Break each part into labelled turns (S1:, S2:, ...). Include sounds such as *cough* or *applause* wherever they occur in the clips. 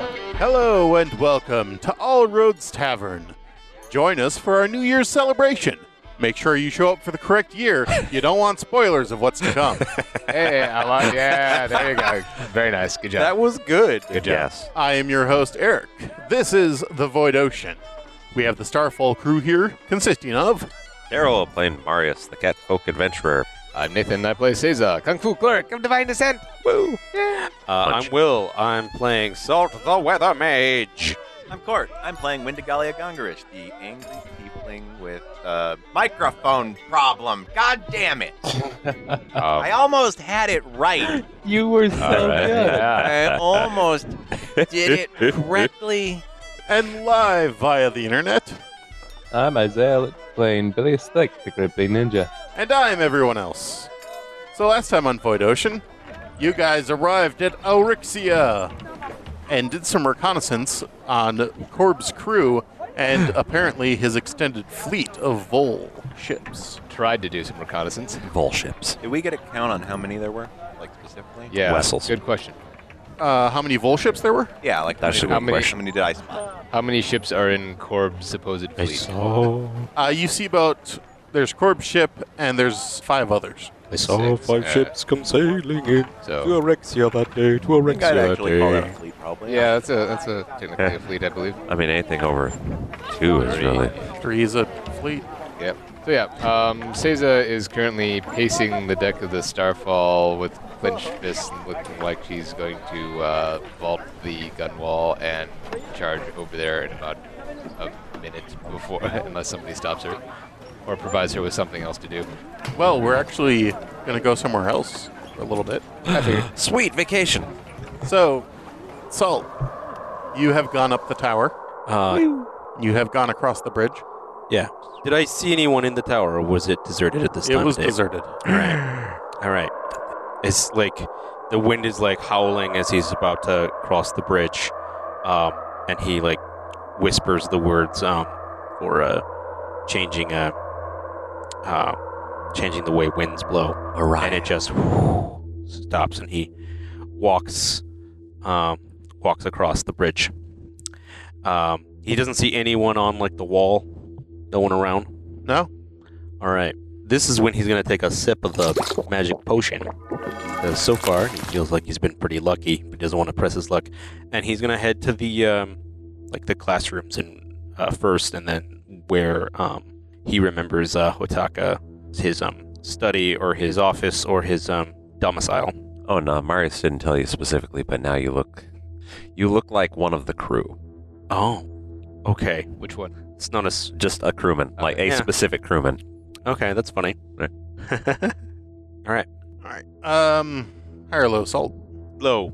S1: Hello and welcome to All Roads Tavern. Join us for our New Year's celebration. Make sure you show up for the correct year. You don't want spoilers of what's to *laughs* come.
S2: Hey, I like, yeah, there you go. Very nice. Good job.
S1: that was good.
S2: Good job.
S3: Yes.
S1: I am your host, Eric. This is The Void Ocean. We have the Starfall crew here, consisting of
S3: Daryl playing Marius, the cat folk adventurer.
S2: I'm Nathan. I play Caesar, Kung Fu Clerk of Divine Descent.
S3: Woo!
S4: Uh, I'm
S3: Punch.
S4: Will. I'm playing Salt the Weather Mage.
S5: I'm Court. I'm playing Windigalia Gongarish, the angry peopling with uh, microphone problem. God
S6: *laughs*
S5: damn it. I almost had it
S3: *gasps*
S5: right.
S7: You were so
S3: right.
S7: good.
S5: I almost did it correctly.
S1: and live via the internet,
S7: *laughs* I'm Isaiah playing Billy Stick, the Gripply Ninja.
S1: and I'm everyone else. So last time on Void Ocean, you guys arrived at Aurixia and did some reconnaissance on Corb's crew and apparently his extended fleet of Vol ships.
S2: Tried to do some reconnaissance.
S3: Vol ships.
S5: Did we get a count on how many there were? Like specifically?
S2: Yeah.
S3: Wessels.
S2: Good question.
S1: Uh, how many Vol ships there were?
S5: Yeah, like
S3: That's a
S5: how
S3: good
S5: many,
S3: question.
S5: how many did I spot?
S2: How many ships are in Corb's supposed fleet?
S7: So,
S1: Uh, you see about there's Corb's ship and there's five others.
S2: I
S3: come sailing in
S2: So
S3: Rexia that day, to
S5: I think I'd actually call that a fleet, probably.
S2: yeah, that's a that's a technically a fleet, I believe.
S3: I mean, anything over two is really.
S1: Three is a fleet.
S2: Yep. So yeah, um, Seiza is currently pacing the deck of the Starfall with clenched fists and looking like she's going to uh, vault the gun wall and charge over there in about a minute before, *laughs* unless somebody stops her or provides her with something else to do.
S1: Well, we're actually going to go somewhere else for a little bit.
S3: Sweet vacation.
S1: So, Salt, you have gone up the tower.
S3: Uh,
S1: You have gone across the bridge.
S3: yeah. Did I see anyone in the tower, or was it deserted at this
S1: it
S3: time?
S1: was
S3: of day?
S1: deserted.
S3: All right. All right. It's like the wind is like howling as he's about to cross the bridge, um, and he like whispers the words um, for uh, changing uh, uh, changing the way winds blow, and it just stops, and he walks um, walks across the bridge. Um, he doesn't see anyone on like the wall, no one around.
S1: No?
S3: All right. This is when he's going to take a sip of the magic potion. Uh, so far, he feels like he's been pretty lucky, but doesn't want to press his luck. And he's going to head to the um, like the classrooms and uh, first, and then where um, he remembers uh, Hotaka, his um, study or his office or his um, domicile.
S6: Oh no, Marius didn't tell you specifically, but now you look you look like one of the crew.
S3: Oh, okay.
S2: Which one?
S3: It's not as
S6: Just a crewman, like a
S3: Yeah.
S6: specific crewman.
S3: okay. That's funny.
S1: All right. Um, high or low, Salt?
S3: Low.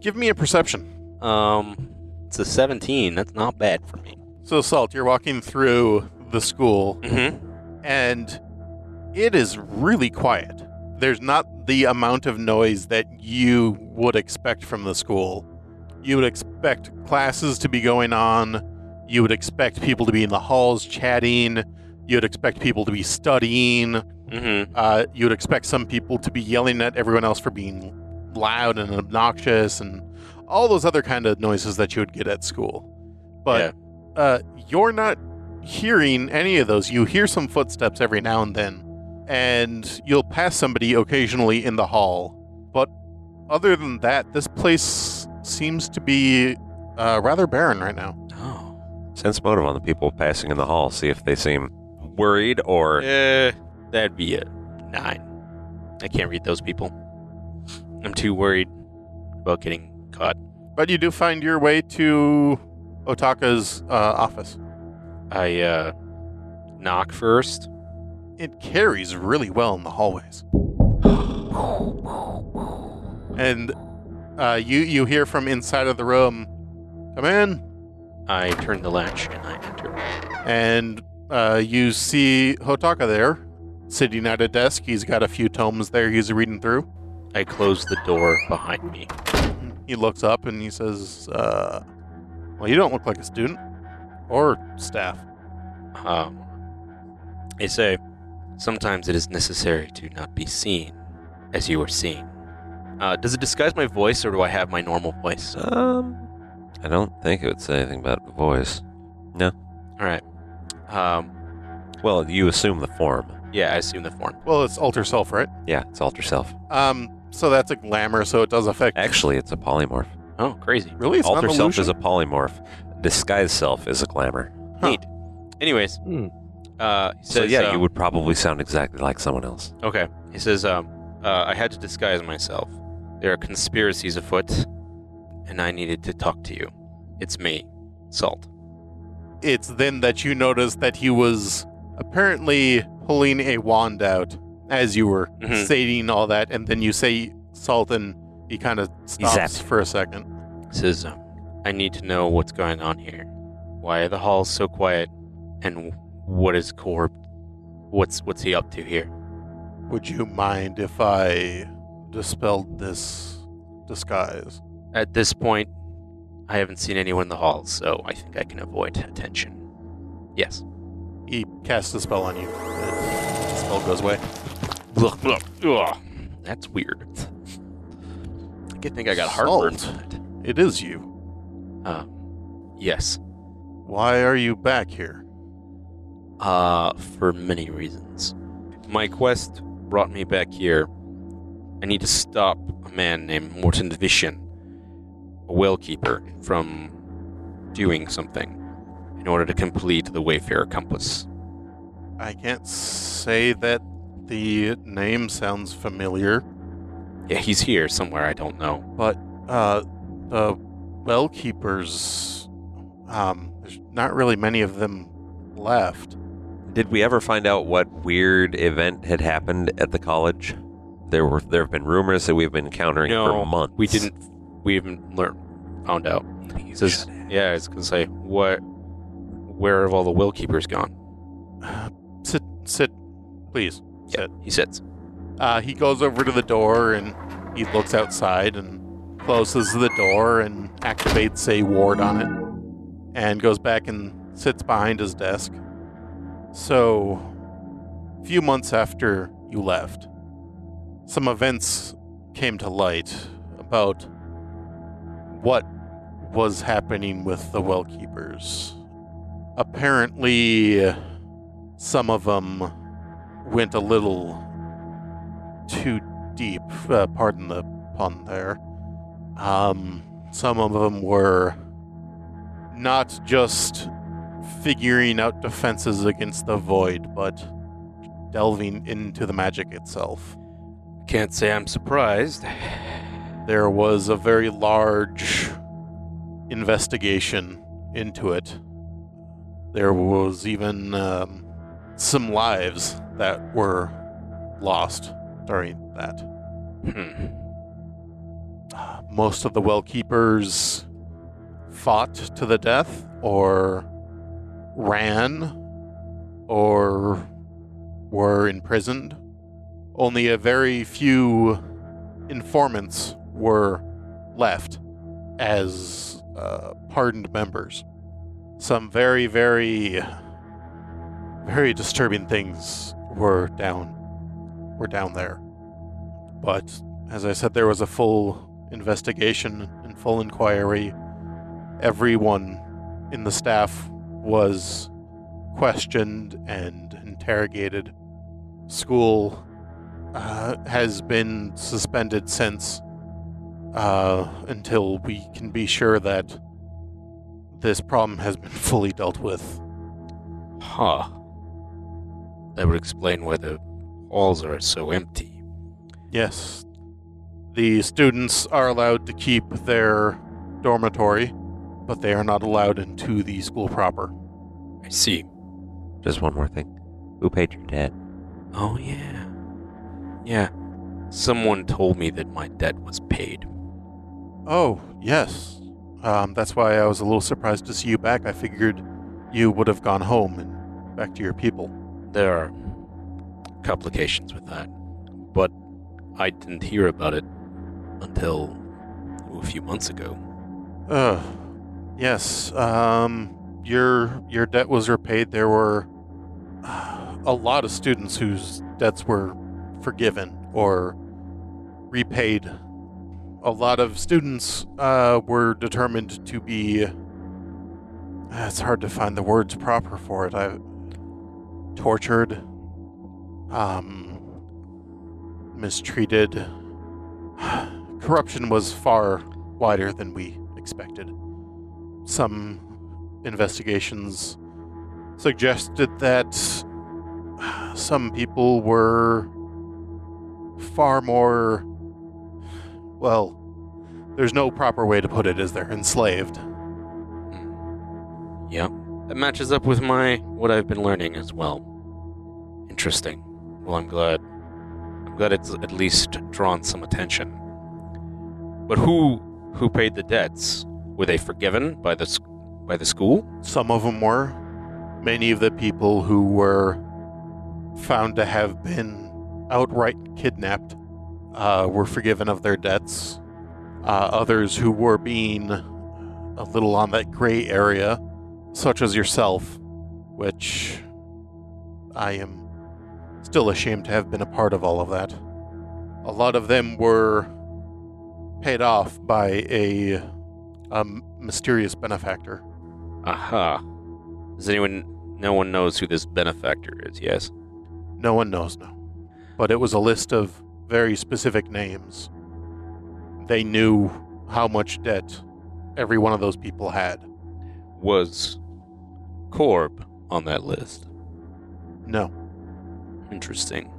S1: Give me a perception.
S3: Um, it's a 17. That's not bad for me.
S1: So, Salt, you're walking through the school,
S3: Mm-hmm.
S1: and it is really quiet. There's not the amount of noise that you would expect from the school. You would expect classes to be going on. You would expect people to be in the halls chatting. You would expect people to be studying.
S3: Mm-hmm.
S1: Uh, you would expect some people to be yelling at everyone else for being loud and obnoxious and all those other kind of noises that you would get at school. But uh, you're not hearing any of those. You hear some footsteps every now and then, and you'll pass somebody occasionally in the hall. But other than that, this place seems to be uh, rather barren right now.
S3: Oh.
S6: Sense motive on the people passing in the hall, see if they seem worried or
S3: Uh, that'd be a nine. I can't read those people. I'm too worried about getting caught.
S1: But you do find your way to Otaka's uh, office.
S3: I uh, knock first.
S1: it carries really well in the hallways. And uh, you you hear from inside of the room, come in,
S3: I turn the latch and I enter.
S1: and uh, you see Hotaka there, sitting at a desk. He's got a few tomes there he's reading through.
S3: I close the door behind me.
S1: He looks up and he says, uh, "Well, you don't look like a student or staff."
S3: Um, they say sometimes it is necessary to not be seen as you are seen. Uh, does it disguise my voice or do I have my normal voice?
S6: um I don't think it would say anything about the voice.
S3: All right. Um,
S6: Well, you assume the form.
S3: yeah, I assume the form.
S1: Well, it's alter self, right?
S6: Yeah, it's alter self.
S1: Um, so that's a glamour, so it does affect.
S6: Actually, it's a polymorph.
S3: Oh, crazy.
S1: really, it's not
S6: alter
S1: an
S6: self
S1: illusion?
S6: is a polymorph. Disguise self is a glamour.
S1: Huh.
S3: Neat. Anyways,
S7: Hmm.
S3: uh, he
S6: So
S3: says,
S6: yeah,
S3: um,
S6: you would probably sound exactly like someone else.
S3: Okay. He says, um, uh, I had to disguise myself. There are conspiracies afoot, and I needed to talk to you. It's me, Salt.
S1: It's then that you notice that he was apparently pulling a wand out as you were
S3: Mhm.
S1: stating all that, and then you say salt, and he kind of stops
S6: zapped.
S1: for a second.
S3: He says, um, I need to know what's going on here. Why are the halls so quiet, and what is Corb? What's what's he up to here?
S1: Would you mind if I dispelled this disguise?
S3: At this point, I haven't seen anyone in the halls, so I think I can avoid attention. Yes.
S1: He casts a spell on you. The spell goes away.
S3: Ugh, ugh, ugh. That's weird. I think I got heartburn.
S1: Salt.
S3: from it.
S1: It is you.
S3: Um, yes,
S1: Why are you back here?
S3: uh, for many reasons. My quest brought me back here. I need to stop a man named Morton Vishen, a well keeper, from doing something in order to complete the Wayfarer Compass.
S1: I can't say that the name sounds familiar.
S3: Yeah, he's here somewhere, I don't know.
S1: Uh, the well keepers, um, there's not really many of them left.
S6: Did we ever find out what weird event had happened at the college? There were there have been rumors that we've been encountering
S3: No,
S6: for months.
S3: We didn't, we haven't learned, found out. He says, yeah, I was gonna say, what, where have all the will keepers gone?
S1: Sit, sit, please.
S3: Yeah, he sits.
S1: Uh, he goes over to the door and he looks outside and closes the door and activates a ward on it and goes back and sits behind his desk. So, a few months after you left, some events came to light about what was happening with the well keepers. Apparently, some of them went a little too deep. Uh, pardon the pun there. Um, some of them were not just figuring out defenses against the void, but delving into the magic itself.
S3: Can't say I'm surprised.
S1: There was a very large investigation into it. There was even um, some lives that were lost during that.
S3: Hmm.
S1: most of the well keepers fought to the death or ran or were imprisoned. Only a very few informants were left as uh, pardoned members. Some very, very, very disturbing things were down were down there. But as I said, there was a full investigation and full inquiry. Everyone in the staff was questioned and interrogated. School uh, has been suspended since uh, until we can be sure that this problem has been *laughs* fully dealt with.
S3: Huh. That would explain why the halls are so empty.
S1: Yes. The students are allowed to keep their dormitory, but they are not allowed into the school proper.
S3: I see.
S6: Just one more thing. Who paid your debt?
S3: Oh, yeah. Yeah. Someone told me that my debt was paid.
S1: Oh, yes. Um, that's why I was a little surprised to see you back. I figured you would have gone home and back to your people.
S3: There are complications with that, but I didn't hear about it until a few months ago.
S1: Uh, yes. Um, your your debt was repaid. There were uh, a lot of students whose debts were forgiven or repaid a lot of students uh, were determined to be. Uh, it's hard to find the words proper for it. I tortured, um, mistreated. Corruption was far wider than we expected. Some investigations suggested that some people were far more well there's no proper way to put it is they're enslaved
S3: Yep. Hmm. That matches up with my what I've been learning as well. Interesting. Well, I'm glad. I'm glad it's at least drawn some attention. But who who paid the debts? Were they forgiven by the s- by the school?
S1: some of them were many of the people who were found to have been outright kidnapped uh, were forgiven of their debts uh, others who were being a little on that gray area such as yourself which i am still ashamed to have been a part of all of that a lot of them were paid off by a, a mysterious benefactor
S3: Aha. Does anyone? No one knows who this benefactor is. Yes.
S1: No one knows now. But it was a list of very specific names. They knew how much debt every one of those people had.
S3: Was Corb on that list?
S1: No.
S3: Interesting.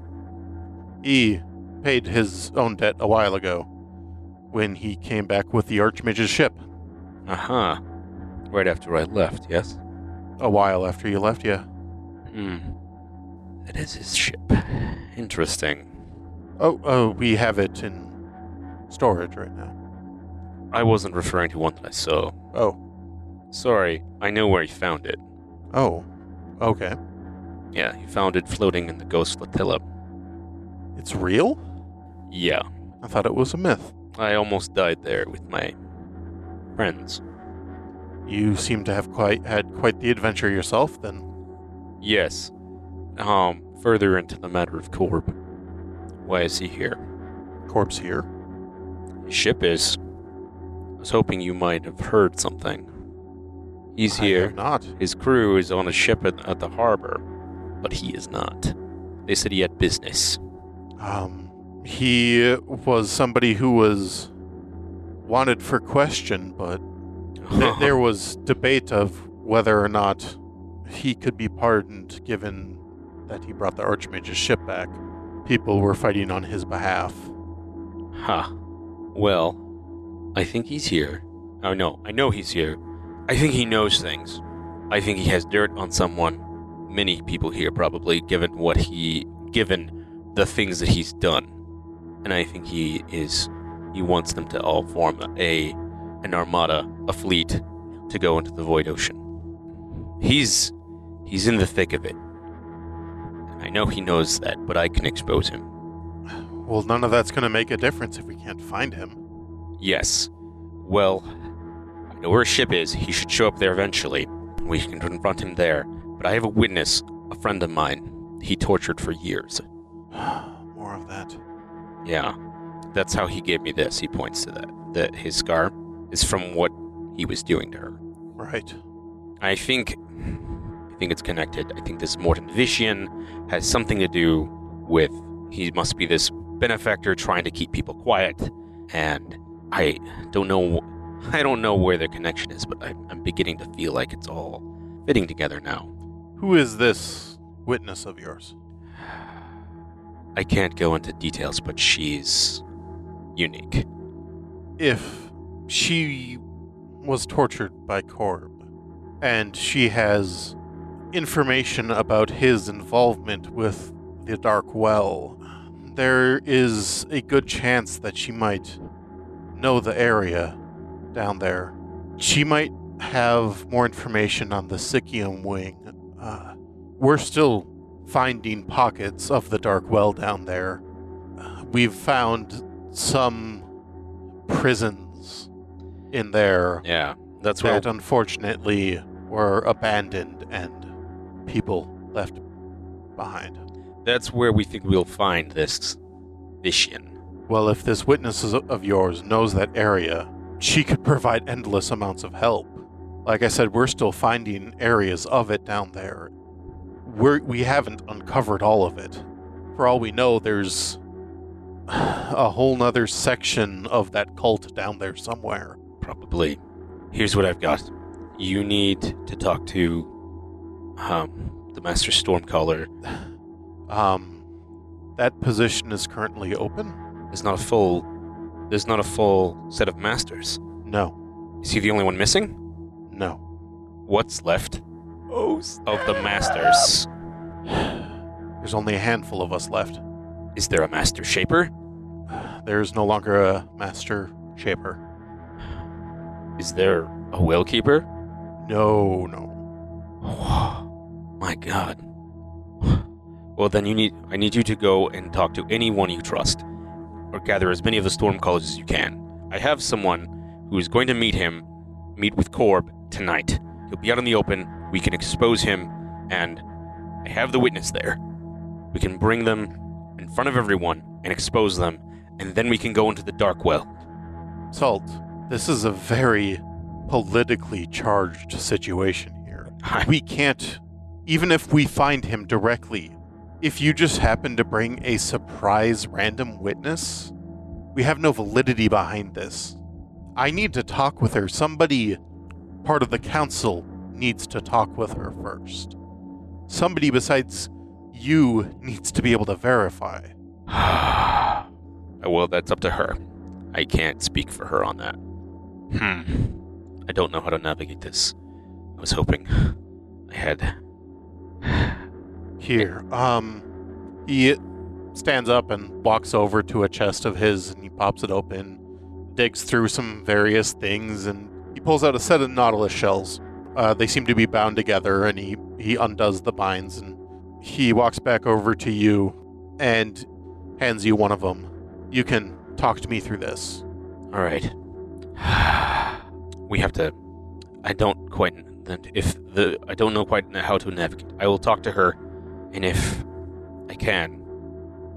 S1: He paid his own debt a while ago when he came back with the Archmage's ship
S3: Aha. Right after I left. Yes.
S1: a while after you left, yeah.
S3: Hmm. That is his ship. Interesting.
S1: Oh, oh, we have it in storage right now.
S3: I wasn't referring to one that I saw.
S1: Oh,
S3: Sorry, I know where he found it.
S1: oh, okay.
S3: Yeah, he found it floating in the ghost flotilla.
S1: It's real?
S3: Yeah,
S1: I thought it was a myth.
S3: I almost died there with my friends.
S1: You seem to have quite had quite the adventure yourself, then.
S3: Yes. Um, further into the matter of Corb. Why is he here?
S1: Corpse here.
S3: His ship is. I was hoping you might have heard something. He's
S1: I
S3: here.
S1: have not.
S3: His crew is on a ship at, at the harbor, but he is not. They said he
S1: *laughs*
S3: had business. *laughs*
S1: Um, he was somebody who was wanted for question, but th- there was debate of whether or not he could be pardoned, given that he brought the Archmage's ship back. People were fighting on his behalf.
S3: Huh. Well, I think he's here. Oh no, I know he's here. I think he knows things. I think he has dirt on someone. Many people here probably, given what he given the things that he's done. And I think he is he wants them to all form a an armada, a fleet, to go into the void ocean. He's he's in the thick of it. And I know he knows that, but I can expose him.
S1: Well, none of that's going to make a difference if we can't find him. *sighs*
S3: Yes. Well, I know where his ship is. He should show up there eventually. We can confront him there. But I have a witness, a friend of mine. He tortured for years.
S1: More of that.
S3: Yeah. That's how he gave me this. He points to that. That his scar is from what he was doing to her.
S1: Right.
S3: I think I think it's connected. I think this Morton Vishian has something to do with he must be this benefactor trying to keep people quiet and I don't know I don't know where their connection is, but I, I'm beginning to feel like it's all fitting together now.
S1: Who is this witness of yours?
S3: I can't go into details, but she's unique.
S1: if she was tortured by Korb and she has information about his involvement with the Dark Well, there is a good chance that she might know the area down there. She might have more information on the Sickium wing. Uh, we're still finding pockets of the Dark Well down there. Uh, we've found some prisons in there
S3: Yeah. That's where
S1: that unfortunately were abandoned and people left behind.
S3: that's where we think we'll find this Vishian.
S1: Well, if this witness is- of yours knows that area, she could provide endless amounts of help. Like I said, we're still finding areas of it down there. We're, we haven't uncovered all of it. For all we know, there's a whole nother section of that cult down there somewhere.
S3: Probably. Here's what I've got. You need to talk to um, the Master Stormcaller.
S1: Um, that position is currently open?
S3: There's not a full. There's not a full set of masters.
S1: No,
S3: Is he the only one missing?
S1: no.
S3: What's left? Oh, of the masters.
S1: There's only a handful of us left.
S3: Is there a master shaper?
S1: There is no longer a master shaper.
S3: Is there a will keeper?
S1: No, no.
S3: *sighs* My God. *sighs* Well, then you need. I need you to go and talk to anyone you trust, or gather as many of the storm callers as you can. I have someone who is going to meet him, meet with Corb tonight. He'll be out in the open. We can expose him, and I have the witness there. We can bring them in front of everyone and expose them, and then we can go into the dark well.
S1: Salt, this is a very politically charged situation here. We can't, even if we find him directly, if you just happen to bring a surprise random witness, we have no validity behind this. I need to talk with her. Somebody, part of the council, needs to talk with her first. Somebody besides you needs to be able to verify.
S3: well, that's up to her. I can't speak for her on that. Hmm. I don't know how to navigate this. I was hoping I had.
S1: Here, um, he stands up and walks over to a chest of his and he pops it open, digs through some various things, and he pulls out a set of nautilus shells. Uh, they seem to be bound together, and he, he undoes the binds and he walks back over to you and hands you one of them. You can talk to me through this.
S3: All right. We have to. I don't quite. If the I don't know quite how to navigate. I will talk to her, and if I can,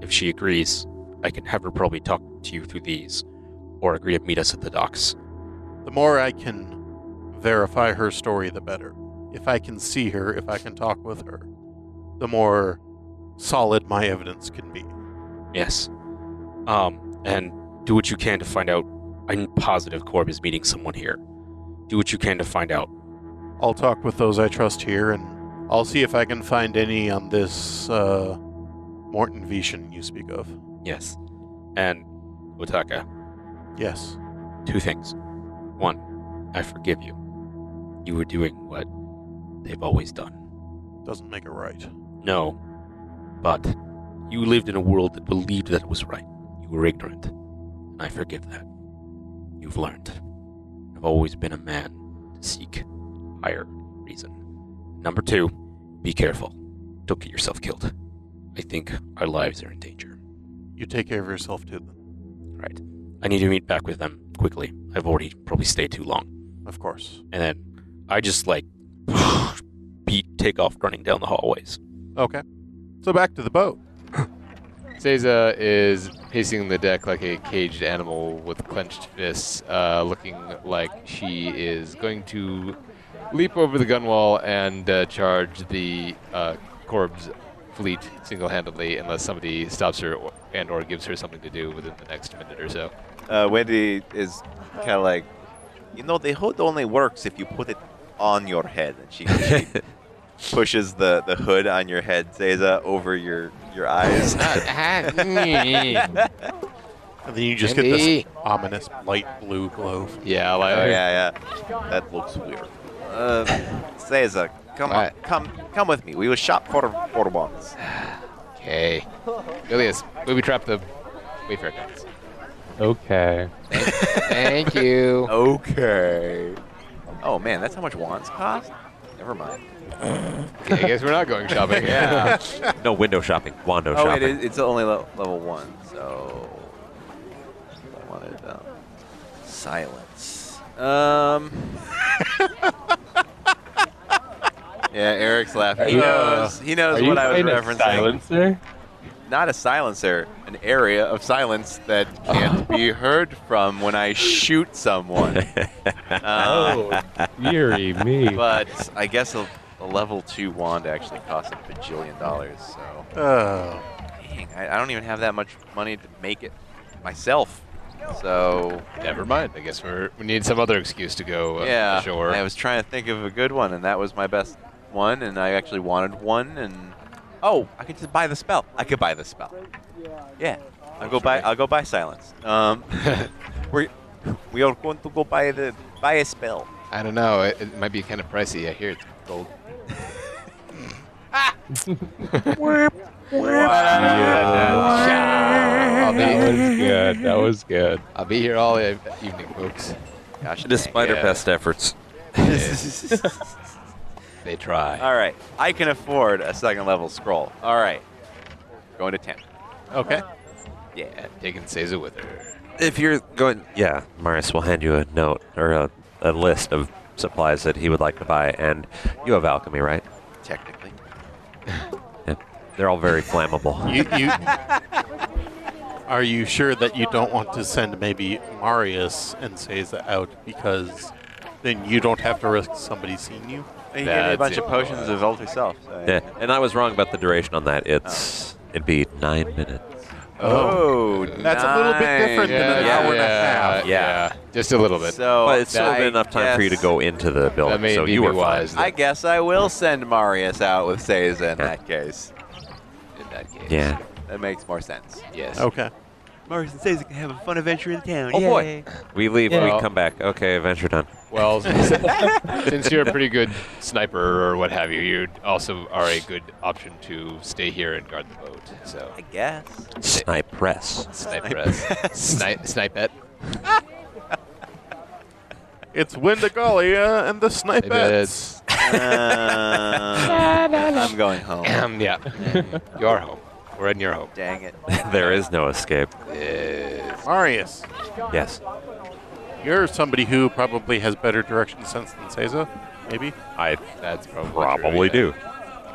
S3: if she agrees, I can have her probably talk to you through these, or agree to meet us at the docks.
S1: The more I can verify her story, the better. If I can see her, if I can talk with her, the more solid my evidence can be.
S3: Yes. Um, and do what you can to find out. I'm positive Corb is meeting someone here. Do what you can to find out.
S1: I'll talk with those I trust here, and I'll see if I can find any on this uh, Morton Vishen you speak of.
S3: Yes. And Otaka,
S1: Yes.
S3: two things. One, I forgive you. You were doing what they've always done.
S1: Doesn't make it right.
S3: No, but you lived in a world that believed that it was right. You were ignorant. And I forgive that. You've learned. I've always been a man to seek higher reason. Number two, be careful. Don't get yourself killed. I think our lives are in danger.
S1: You take care of yourself too, then.
S3: Right. I need to meet back with them quickly. I've already probably stayed too long.
S1: of course.
S3: And then I just like *sighs* beat take off running down the hallways.
S1: Okay. So back to the boat.
S2: Seiza is pacing the deck like a caged animal with clenched fists, uh, looking like she is going to leap over the gun wall and uh, charge the uh, Corb's fleet single-handedly, unless somebody stops her or, and or gives her something to do within the next minute or so.
S5: Uh, Wendy is kind of like, you know, the hood only works if you put it on your head. And she, she
S3: *laughs*
S5: pushes the, the hood on your head, Zeza, over your, your
S3: *laughs*
S5: eyes.
S2: *laughs*
S1: And then you just get this ominous light blue glow.
S2: yeah, like,
S5: Oh yeah, yeah. That looks weird. Uh, Cesar, come on,
S2: Right.
S5: come, come with me. We will shop for for once.
S2: okay. Ilias, booby trap the Wayfair guns.
S7: Okay.
S2: Thank you.
S5: Okay. Oh man, that's how much wands cost. Never mind.
S2: Okay, I guess we're not going shopping.
S5: Yeah.
S6: No window shopping, wando
S5: oh,
S6: shopping.
S5: it is. It's only le- level one, so I wanted um, silence. Um. *laughs* yeah, Eric's laughing. He
S7: Uh, Are you-
S5: knows. He knows
S7: Are you
S5: what I was
S7: playing a
S5: referencing.
S7: silencer?
S5: Not a silencer, a an area of silence that
S7: *laughs*
S5: can't be heard from when I shoot someone. Uh,
S7: Oh,
S2: *laughs*
S7: dearie me.
S5: But *laughs* I guess a, a level two wand actually costs a bajillion dollars. So
S1: Oh.
S5: dang, I, I don't even have that much money to make it myself. So
S2: Never mind. I guess we're, we need some other excuse to go uh,
S5: yeah,
S2: ashore.
S5: I was trying to think of a good one, and that was my best one, and I actually wanted one, and oh, I could just buy the spell. I could buy the spell. Yeah, I'll go buy. I'll go buy silence. Um, *laughs* we we are going to go buy the buy a spell.
S2: I don't know. It, it might be kind of pricey. I hear it's gold. I'll
S7: That
S2: be,
S7: was good. That was good.
S2: I'll be here all e- evening, folks.
S5: Gosh, dang.
S6: Despite
S2: Yeah.
S6: our best efforts.
S2: They try.
S5: All right, I can afford a second level scroll. All right, going to ten.
S2: Okay.
S5: Yeah.
S2: Taking Seiza with her.
S6: If you're going, yeah, Marius will hand you a note or a, a list of supplies that he would like to buy, and you have alchemy, right? *laughs*
S5: Technically.
S6: They're all
S1: *laughs*
S6: very flammable.
S1: You, you, are you sure that you don't want to send maybe Marius and Seiza out because then you don't have to risk somebody seeing you?
S5: And you gave me a
S2: That's
S5: bunch
S2: it,
S5: of potions
S2: boy.
S5: of alter self. So
S6: yeah, and I was wrong about the duration on that. It's it'd be nine minutes.
S5: Oh,
S1: That's a little bit different
S5: nine.
S1: than an
S5: Yeah,
S1: hour and a
S2: yeah,
S1: half.
S6: Yeah.
S2: yeah. Just a little bit.
S5: So
S6: but it's still
S5: Oh, I
S6: been enough time for you to
S5: guess-
S6: go into the
S2: that
S6: building,
S2: made
S6: so
S2: me
S6: you
S2: be
S6: were fine.
S2: wise.
S5: I guess I will send Marius out with Seiza in that case.
S2: in that case.
S6: Yeah.
S5: That makes more sense.
S2: Yes.
S1: Okay.
S5: Marius and Seiza can have a fun adventure in town.
S6: Oh boy, we leave.
S2: Yeah.
S6: We come back. Okay, adventure done. *laughs*
S2: Well, since since you're a pretty good sniper or what have you, you also are a good option to stay here and guard the boat. So
S5: I guess.
S6: Snipe press. *laughs*
S2: sniperess, snipe, snipette.
S1: It's Windigalia and the
S2: Maybe
S1: Snipettes.
S2: that's.
S5: Uh, I'm going home.
S2: Um, yeah. *laughs* you are home. We're in your home.
S5: Dang it.
S6: there is no escape.
S2: Yes.
S1: Marius,
S6: Yes,
S1: you're somebody who probably has better direction sense than Seiza, maybe.
S6: I
S2: That's probably
S6: probably
S2: true, yeah.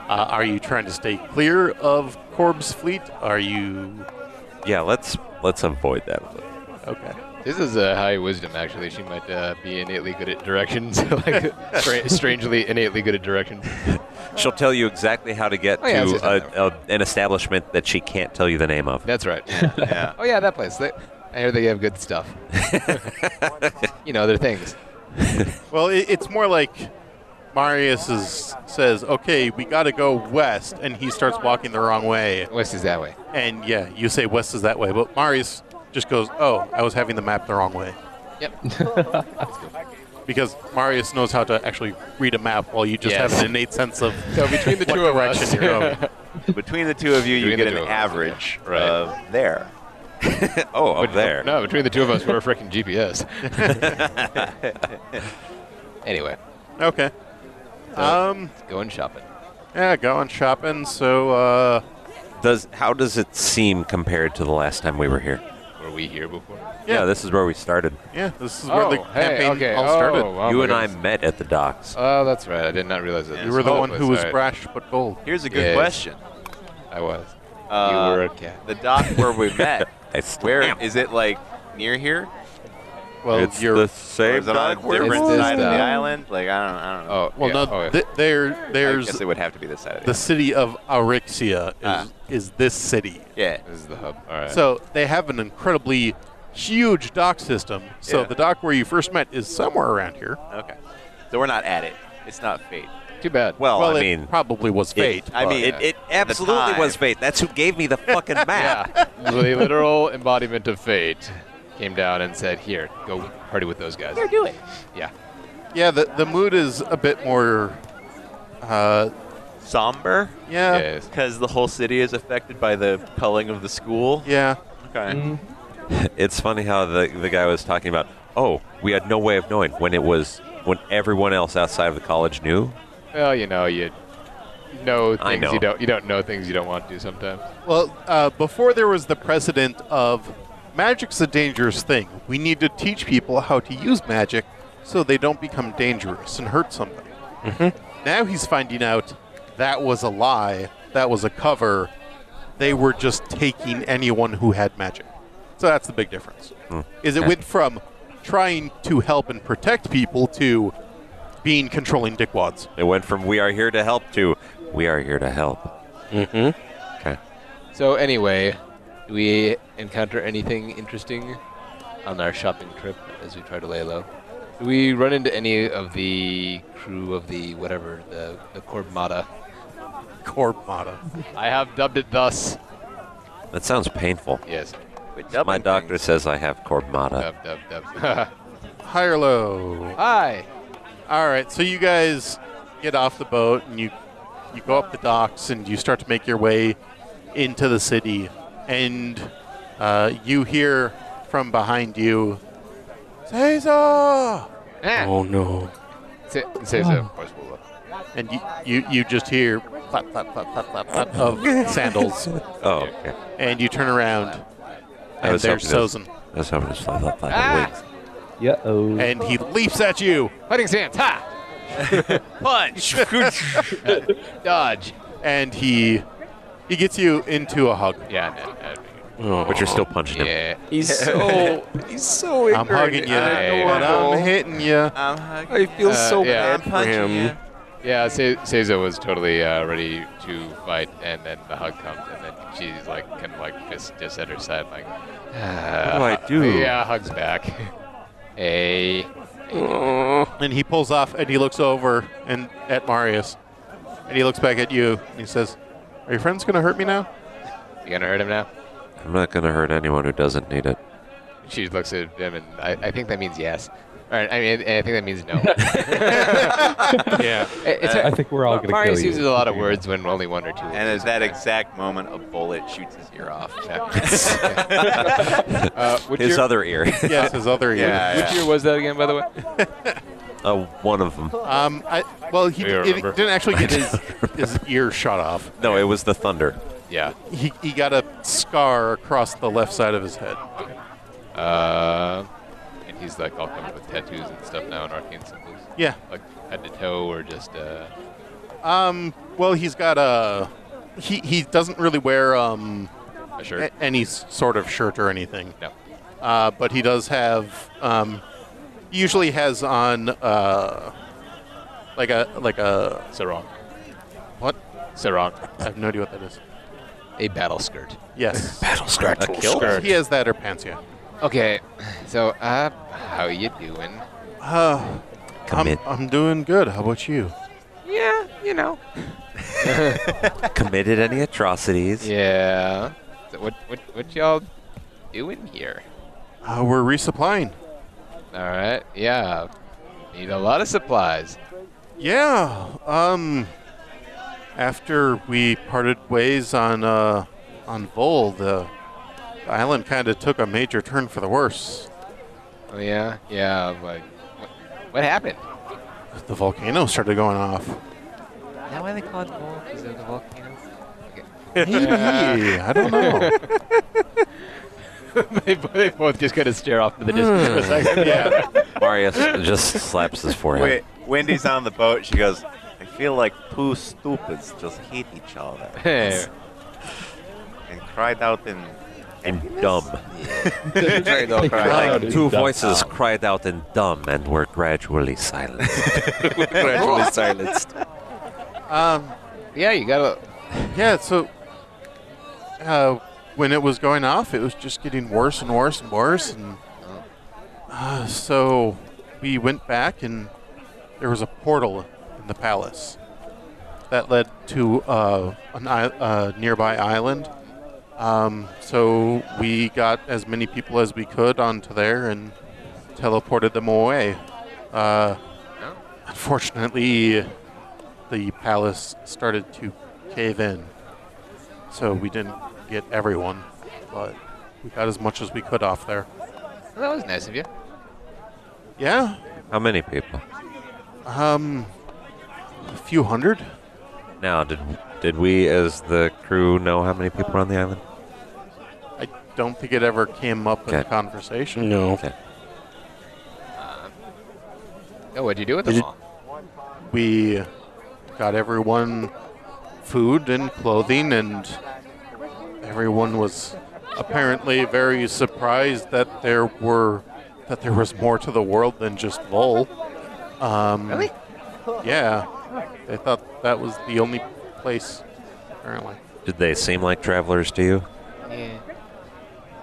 S6: do.
S1: Uh, are you trying to stay clear of Corb's fleet? Are you.
S6: Yeah, let's let's avoid that.
S1: Okay.
S2: This is a high wisdom, actually. She might uh, be innately good at directions, *laughs* like stra- strangely innately good at directions.
S6: She'll tell you exactly how to get
S2: Oh, yeah, it's
S6: to
S2: just down
S6: a, a, an establishment that she can't tell you the name of.
S2: That's right.
S5: Yeah.
S2: Oh yeah, that place. They, I hear they have good stuff. *laughs* you know, their things.
S1: Well, it, it's more like Marius is, says, okay, we got to go west, and he starts walking the wrong way.
S2: West is that way.
S1: And yeah, you say west is that way, but Marius just goes, oh, I was having the map the wrong way.
S2: Yep.
S1: Because Marius knows how to actually read a map while you just
S2: Yes.
S1: have an innate sense of
S2: *laughs* So between the
S1: what
S2: two of
S1: direction
S2: us,
S1: you're going.
S2: *laughs*
S5: Between the two of you, you
S2: Between the
S5: get an
S2: two of us,
S5: average uh,
S2: yeah. Right.
S5: of there.
S6: Uh, oh, up there.
S2: no, between the two of us, we're freaking
S5: *laughs*
S2: GPS. *laughs* anyway,
S1: Okay. Um,
S2: going shopping.
S1: yeah, going shopping. So, uh,
S6: Does how does it seem compared to the last time we were here?
S2: Were we here before?
S1: Yeah.
S6: Yeah, this is where we started.
S1: yeah, this is where the campaign
S2: Oh, okay.
S1: all started.
S2: Oh, wow,
S6: you
S2: my
S6: and I
S2: goodness.
S6: met at the docks.
S2: Oh, that's right. I did not realize that.
S1: You were the
S2: one
S1: one who was brash but bold.
S5: Here's a good
S2: Yes.
S5: question.
S2: I was.
S5: Uh,
S2: you were a cat.
S5: The dock
S2: *laughs*
S5: where we met,
S6: I still
S5: where
S6: am.
S5: is it like near here?
S1: Well,
S6: it's
S1: you're
S6: the
S5: Or
S6: same
S5: is it on
S6: dock
S5: a
S6: where
S5: different
S2: It's this
S5: side of the
S2: dock.
S5: island? Like, I don't, I don't know.
S2: Oh,
S1: well,
S2: yeah.
S1: no,
S2: oh, yeah.
S1: th- there,
S5: I
S1: there's
S5: guess it would have to be this side of the
S1: the
S5: island.
S1: city of Aurixia is,
S5: Ah.
S1: is this city.
S5: Yeah.
S2: this is the hub. All right.
S1: So they have an incredibly huge dock system. So
S5: Yeah.
S1: the dock where you first met is somewhere around here.
S5: Okay. So we're not at it. It's not fate.
S2: too bad.
S6: Well,
S1: well,
S6: Oh, I
S1: it
S6: mean,
S1: probably was fate.
S5: I mean,
S6: it, it absolutely
S5: time.
S6: was fate. That's who gave me the fucking map.
S2: *laughs* yeah, the literal embodiment of fate came down and said, "Here, go party with those guys."
S5: do it.
S2: Yeah,
S1: yeah, the, the mood is a bit more. Uh,
S5: Somber,
S1: yeah,
S2: yes.
S5: because the whole city is affected by the culling of the school.
S1: yeah,
S5: Okay.
S7: Mm,
S6: It's funny how the the guy was talking about. Oh, we had no way of knowing when it was when everyone else outside of the college knew.
S2: Well, you know, you know
S6: I
S2: things
S6: know.
S2: you don't. You don't know things you don't want to do sometimes.
S1: Well, uh, before there was the precedent of magic's a dangerous thing. We need to teach people how to use magic so they don't become dangerous and hurt somebody. Now he's finding out that was a lie, that was a cover. They were just taking anyone who had magic. So that's the big difference. Is it
S6: okay.
S1: went from trying to help and protect people to being controlling dickwads.
S6: It went from "We are here to help" to "We are here to help."
S3: Mm-hmm.
S2: So anyway, do we encounter anything interesting on our shopping trip as we try to lay low? Do we run into any of the crew of the whatever the the Corbmata?
S1: Corbmata.
S2: I have dubbed it thus.
S6: That sounds painful.
S2: Yes,
S6: My doctor says I have corbmata.
S2: dub dub dub. *laughs*
S1: High or low?
S2: Hi.
S1: All right, so you guys get off the boat and you you go up the docks and you start to make your way into the city, and uh, you hear from behind you, Caesar,
S2: Eh,
S3: Oh no.
S2: say, say so, of course, we'll-
S1: and you, you you just hear clap clap clap clap clap clap of sandals,
S6: Oh, okay.
S1: and you turn around, and
S6: was
S1: there's
S6: hoping it was-
S1: Sozin,
S6: I was hoping to slap up like
S2: Ah!
S6: a wig.
S7: Yeah. Oh.
S1: and he leaps at you,
S2: Fighting stance. Ha! *laughs* Punch. *laughs* Dodge.
S1: and he he gets you into a hug.
S2: Yeah. No, no,
S6: But you're still punching him.
S2: yeah.
S3: He's so he's so
S1: I'm
S3: ignorant.
S1: hugging you, and I'm hitting you.
S5: *laughs* I'm hugging
S6: Oh,
S3: I feel
S2: Uh,
S3: so
S2: yeah.
S3: bad for him.
S2: Yeah, Se- Seiza was totally uh, ready to fight, and then the hug comes, and then she's like, kind of like just just at her side, like,
S6: What do I
S2: *sighs*
S6: do?
S2: Yeah, hugs back. *laughs* hey,
S1: And he pulls off and he looks over and at Marius. And he looks back at you and he says, Are your friends gonna hurt me *laughs* now?
S2: you gonna hurt him now?
S6: I'm not gonna hurt anyone who doesn't need it.
S2: She looks at him, and I, I think that means yes. All right, I mean, I I think that means no. *laughs*
S3: Yeah.
S2: It- it's,
S7: Uh, I think we're all gonna
S2: Marius
S7: kill you.
S2: uses a lot of words when only one or two. will
S5: And
S2: do
S5: at that exact moment, a bullet shoots his ear off.
S2: something. *laughs* uh, which
S6: His
S2: year,
S6: other ear. *laughs*
S1: Yes, his other ear.
S5: Yeah,
S2: which year was that again, by the way?
S6: uh, one of them.
S1: Um I well he
S2: I don't
S1: it
S2: remember.
S1: didn't actually get *laughs* his his ear shot off.
S6: No, it was the thunder.
S2: Yeah.
S1: He he got a scar across the left side of his head.
S2: Uh, and he's like all covered with tattoos and stuff now and arcane symbols.
S1: Yeah.
S2: Like head to toe or just uh
S1: Um well he's got a he he doesn't really wear um
S2: a shirt.
S1: a- any s- sort of shirt or anything.
S2: No.
S1: uh, but he does have um, he usually has on uh, like a like a
S2: Sarong.
S1: What?
S2: Sarong.
S1: I have no idea what that is.
S2: A battle skirt.
S1: Yes,
S6: A kilt?
S1: he has that or pants. Yeah.
S2: Okay. So uh how you doing?
S1: Uh,
S6: Come
S1: I'm
S6: in.
S2: Um,
S1: I'm doing good. How about you?
S2: Yeah, you know.
S6: Committed any atrocities?
S2: uh, Yeah. So what what what y'all doing here?
S1: Uh, we're resupplying.
S2: Alright, yeah. Need a lot of supplies.
S1: Yeah. Um. After we parted ways on uh, on Vol, the island kind of took a major turn for the worse.
S2: Oh yeah, yeah, like what, what happened? *laughs*
S1: The volcano started going off.
S2: Is that why they call it volcano? Is it the volcanoes?
S1: *laughs* Maybe I don't know. *laughs*
S2: they, bo- they both just kind of stare off to the distance for a second.
S1: yeah.
S6: Marius just slaps his forehead.
S5: Wait, Wendy's on the boat. She goes, I feel like two stupids just hate each other.
S2: *laughs* Hey.
S5: And cried out in.
S6: And dumb.
S5: *laughs* Cried out, cried
S7: cried
S5: out.
S7: out.
S6: Two
S7: dumb.
S6: voices cried out in dumb and were
S2: *laughs*
S6: gradually silenced.
S3: Gradually silenced.
S1: Um.
S2: yeah, you gotta.
S1: Yeah, so uh, when it was going off, it was just getting worse and worse and worse, and uh, so we went back, and there was a portal in the palace that led to uh, an i- uh, nearby island. Um, so we got as many people as we could onto there and teleported them away. Uh,
S2: Oh.
S1: Unfortunately, the palace started to cave in, so we didn't get everyone, but we got as much as we could off there.
S2: Well, that was nice of you.
S1: Yeah,
S6: How many people?
S1: um, a few hundred.
S6: Now, did did we, as the crew, know how many people are on the island?
S1: I don't think it ever came up in the
S6: Okay.
S1: conversation.
S3: No.
S6: Okay.
S2: Oh, what'd you do with
S3: Did
S2: them
S3: you-
S2: all?
S1: We got everyone food and clothing and Everyone was apparently very surprised that there were that there was more to the world than just Vol. Um, really? Yeah, they thought that was the only place. Apparently,
S6: Did they seem like travelers to you?
S2: Yeah.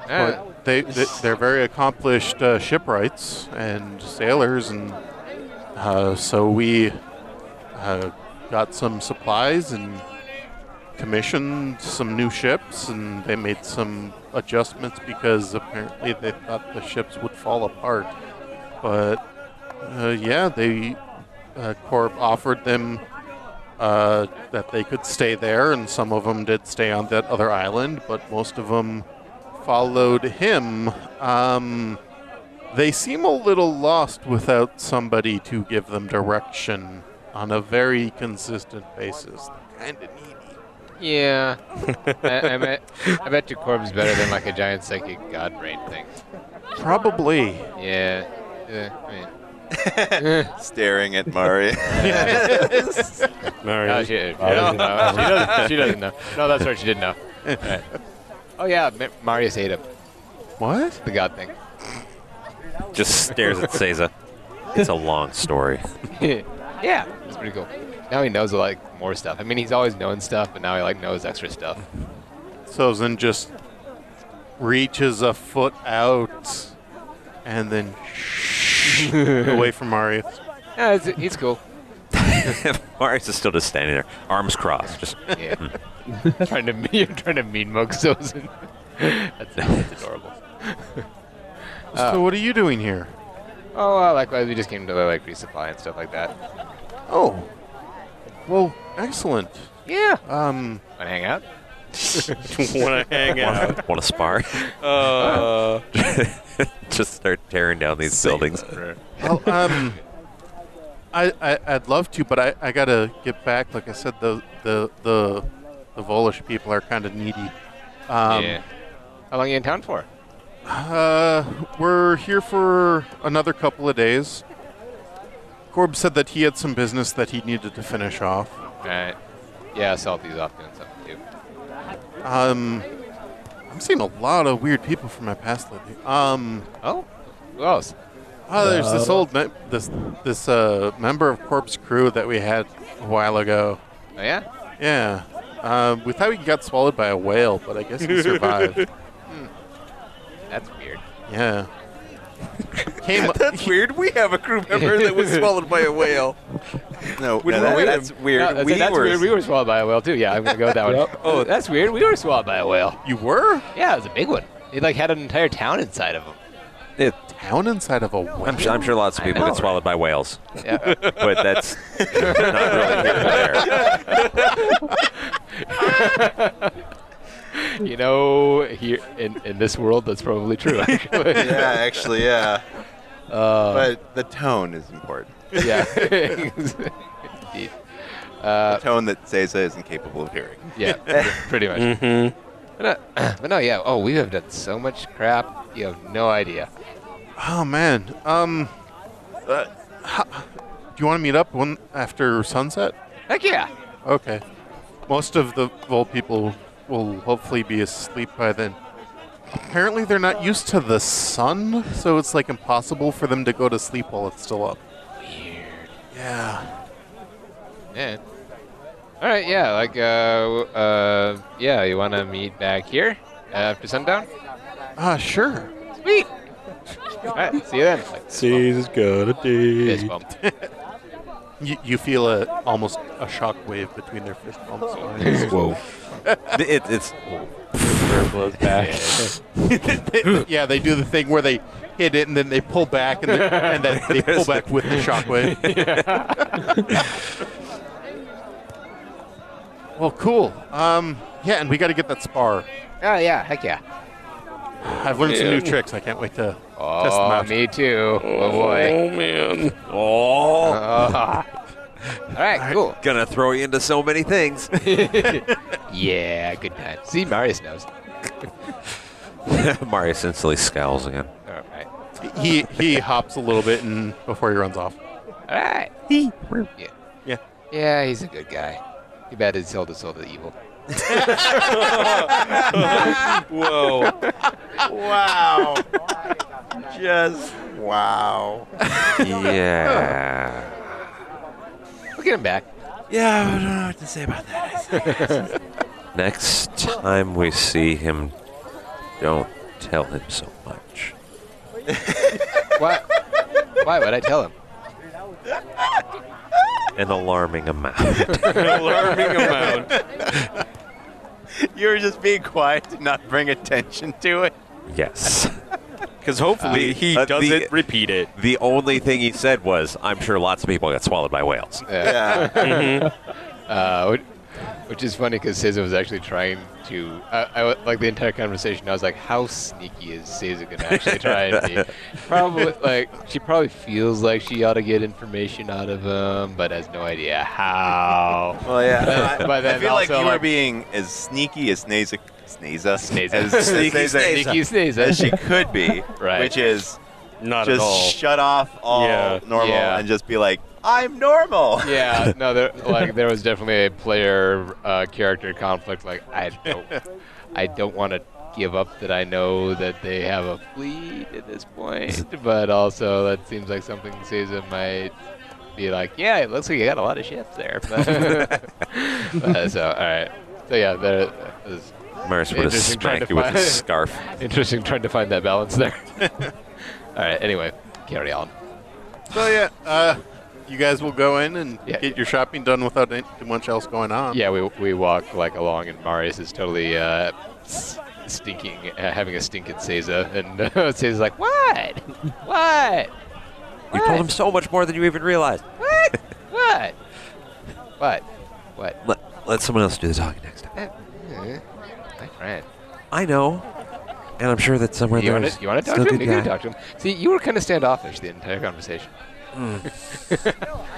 S2: Uh,
S1: but they, they they're very accomplished uh, shipwrights and sailors, and uh, so we uh, got some supplies and commissioned some new ships, and they made some adjustments because apparently they thought the ships would fall apart. But uh, yeah, they uh, Corp offered them uh, that they could stay there, and some of them did stay on that other island, but most of them followed him. Um, they seem a little lost without somebody to give them direction on a very consistent basis. They're kind of needy.
S2: Yeah. I, I bet I bet your corp's better than like a giant psychic god brain thing.
S1: Probably.
S2: Yeah. Yeah. I mean,
S5: Staring at Mari.
S2: no, oh, she, no, no, she, doesn't, she doesn't know. No, that's right. She didn't know. Right. Oh yeah, Ma- Marius ate him.
S1: What?
S2: The god thing. *laughs*
S6: Just stares at Seiza. It's a long story.
S2: yeah, it's pretty cool. Now he knows like more stuff. I mean, he's always known stuff, but now he like knows extra stuff.
S1: Sozin just reaches a foot out and then *laughs* away from Marius.
S2: Yeah, it's, he's cool.
S6: *laughs* Marius is still just standing there, arms crossed. Just *laughs*
S2: Yeah. *laughs* trying to me- you're trying to mean mug Sozin. *laughs* that's, that's adorable.
S1: so what are you doing here?
S2: Oh, uh, likewise, we just came to like resupply and stuff like that.
S1: Oh, well, excellent.
S2: Yeah.
S1: Um,
S2: Want to hang out?
S4: Want to hang out?
S6: want to spar?
S4: Uh,
S6: *laughs* just start tearing down these buildings.
S1: I'll, um, I, I I'd love to, but I, I gotta get back. Like I said, the the the the Volish people are kind of needy. Um,
S2: yeah. How long you in town for?
S1: Uh, we're here for another couple of days. Corb said that he had some business that he needed to finish off.
S2: Right. Yeah, Salty's off doing something too.
S1: Um, I'm seeing a lot of weird people from my past lately. Um,
S2: Oh, who else?
S1: oh, there's this old me- this this uh member of Corp's crew that we had a while ago.
S2: Oh yeah.
S1: Yeah. Um, we thought he got swallowed by a whale, but I guess he *laughs* survived.
S2: That's weird.
S1: yeah. Came
S4: *laughs* that's weird. We have a crew member that was swallowed by a whale.
S5: *laughs* no,
S4: Would
S5: no,
S4: you
S5: that-
S4: wait?
S5: that's weird.
S2: No, that's,
S5: we
S2: that's
S5: were
S2: weird. We were swallowed by a whale too. Yeah, I'm gonna go with that one.
S7: Yep.
S2: Oh, that's weird. We were swallowed by a whale.
S1: you were
S2: Yeah, it was a big one. He like had an entire town inside of him.
S1: down inside of a whale.
S6: I'm, su- I'm sure lots of
S2: I
S6: people
S2: know,
S6: get swallowed by whales,
S2: Yeah.
S6: *laughs* but that's not really here nor there.
S2: you know, here in, in this world, that's probably true.
S5: *laughs*
S2: Actually.
S5: yeah, actually, yeah.
S2: Uh,
S5: But the tone is important.
S2: yeah. *laughs* Indeed. Uh,
S5: The tone that Seiza isn't capable of hearing.
S2: yeah. Pretty much.
S3: Mm-hmm.
S2: But, uh, *clears throat* but no, yeah. Oh, we have done so much crap. You have no idea.
S1: Oh man. Um. uh, ha- do you want to meet up one after sunset?
S2: Heck yeah.
S1: Okay. Most of the Vol people will hopefully be asleep by then. Apparently, they're not used to the sun, so it's like impossible for them to go to sleep while it's still up. Weird. Yeah.
S2: Yeah. All right. Yeah. Like. Uh. w- Uh. Yeah. You want to meet back here after sundown?
S1: Ah, sure.
S2: Sweet. All right. See you then. Like,
S8: Caesar's got a
S2: fist
S8: dick.
S2: bump.
S1: You, you feel a almost a shock wave between their fist bumps. *laughs*
S3: *laughs* Whoa.
S6: It, it's
S7: Blows back.
S1: yeah, they do the thing where they hit it and then they pull back and, they, and then they pull back with the shockwave. well, cool. Um, yeah, and we got to get that spar.
S2: Oh yeah. Heck yeah.
S1: I've learned some new tricks. I can't wait to test them
S2: Oh,
S1: out.
S2: me too. Oh boy.
S3: Oh man.
S6: oh,
S2: All right. Cool.
S6: gonna throw you into so many things. *laughs*
S2: Yeah, good time. See, Marius knows.
S6: Marius instantly scowls again.
S2: All right.
S1: He he hops a little bit and before he runs off.
S2: All right. Yeah.
S1: Yeah.
S2: Yeah, he's a good guy. Too bad his sold his soul to evil.
S3: Whoa.
S5: Wow. Just wow.
S6: yeah.
S2: We'll get him back.
S5: Yeah, I don't know what to say about that.
S6: Next time we see him, don't tell him so much.
S2: Why? Why would I tell him?
S6: An alarming amount. *laughs*
S3: Alarming amount.
S5: you were just being quiet to not bring attention to it.
S6: yes.
S3: Because hopefully
S6: Uh,
S3: he
S6: uh,
S3: doesn't
S6: the-
S3: repeat it.
S6: The only thing he said was, I'm sure lots of people got swallowed by whales.
S2: Yeah.
S5: Yeah.
S2: Uh, which, which is funny because Seiza was actually trying to. I, I wa- like the entire conversation. I was like, "How sneaky is Seiza gonna actually try *laughs* and be?" probably like she probably feels like she ought to get information out of him, but has no idea how.
S5: well, yeah.
S2: But- but
S5: I
S2: then
S5: feel like you
S2: also,
S5: were
S2: like-
S5: being as sneaky as Snaza, Snaza,
S2: Snaza.
S5: as,
S3: Sneaky
S5: as, as,
S2: Sneaky
S5: as she
S2: Seiza.
S5: could be,
S2: Right.
S5: which is
S3: Not at all.
S5: just shut off all
S3: Yeah.
S5: normal
S2: Yeah.
S5: and just be like, I'm
S2: *laughs*
S5: normal.
S2: Yeah, no, there, like there was definitely a player uh, character conflict. Like I don't, I don't want to give up that I know that they have a fleet at this point, but also that seems like something Seiza might be like. Yeah, it looks like you got a lot of ships there. *laughs* Uh, so all right, so yeah, there it was
S6: Mars would have
S2: Interesting trying
S6: smacked
S2: to
S6: you with his
S2: find-
S3: *laughs*
S6: scarf.
S2: interesting trying to find that balance there. *laughs* all right, anyway, carry on.
S1: So yeah, uh, you guys will go in and
S2: Yeah.
S1: get your shopping done without any- too much else going on.
S2: Yeah, we, we walk like along, and Marius is totally uh, s- stinking, uh, having a stink at Seiza, and *laughs* uh, Seiza's like, "What? What?
S6: You told him so much more than you even realized.
S2: What? What? What? What?
S6: Let, let someone else do the talking next time.
S2: Eh, My friend,
S6: I know. And I'm sure that somewhere
S2: you want
S6: there's
S2: to you want to talk
S6: still
S2: to
S6: a
S2: him?
S6: good
S2: You can
S6: guy.
S2: talk to him. See, you were kind of standoffish the entire conversation.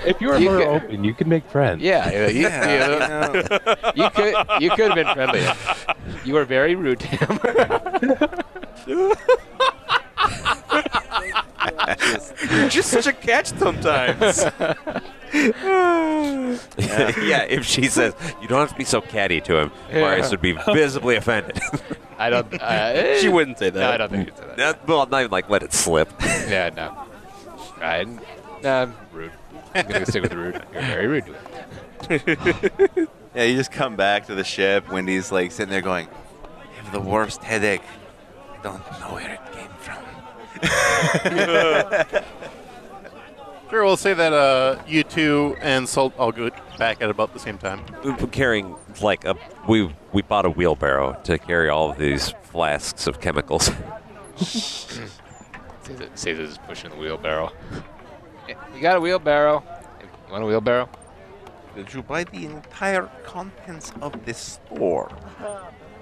S7: If you were
S2: You
S7: more
S2: could-
S7: open, you could make friends.
S2: Yeah, you, you- you- *laughs* you could you could have been friendlier. You were very rude to him. *laughs*
S3: You're just such a catch
S6: *laughs*
S3: sometimes.
S6: yeah. if she says you don't have to be so catty to him, Marius would be visibly offended.
S2: I don't. Uh,
S3: she wouldn't say that.
S2: No, I don't think it's that.
S6: That- *laughs* well, not even like let it slip.
S2: Yeah, no. I, nah, rude. I'm gonna stick with rude. You're very rude to him.
S5: Yeah, you just come back to the ship. Wendy's like sitting there going, I have the worst headache. I don't know where it came from.
S1: Sure, we'll say that uh, you two and Salt all go back at about the same time.
S6: We were carrying like a we we bought a wheelbarrow to carry all of these flasks of chemicals. *laughs*
S2: Caesar- Caesar's pushing the wheelbarrow. Eh, You got a wheelbarrow? You want a wheelbarrow?
S5: Did you buy the entire contents of this store?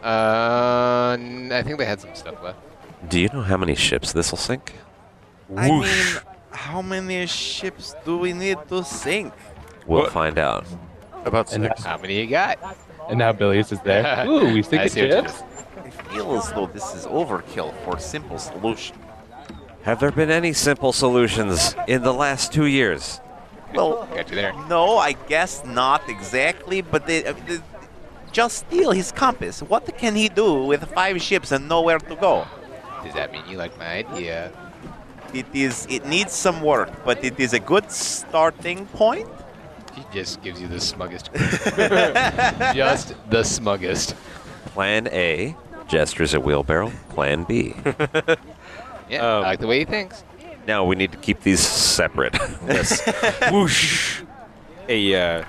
S2: Uh, n- I think they had some stuff left.
S6: Do you know how many ships this will sink?
S5: I mean, how many ships do we need to sink?
S6: We'll
S3: What?
S6: find out.
S1: About
S7: And
S1: six.
S2: How many you got?
S7: And now Billius is
S2: *laughs*
S7: there. Ooh, we stick
S2: I
S7: at
S2: see what you
S7: chips.
S5: I feel as though this is overkill for a simple solution.
S6: Have there been any simple solutions in the last two years?
S5: Well,
S2: Got you there.
S5: no, I guess not exactly, but they, I mean, they- just steal his compass. What can he do with five ships and nowhere to go?
S2: Does that mean you like my idea?
S5: It is. It needs some work, but it is a good starting point.
S2: He just gives you the
S7: *laughs*
S2: smuggest. just the smuggest.
S6: Plan A, gestures at wheelbarrow. Plan *laughs* B.
S2: Yeah,
S7: Oh.
S2: I like the way he thinks.
S6: now we need to keep these separate.
S3: Yes. *laughs* Whoosh. A uh,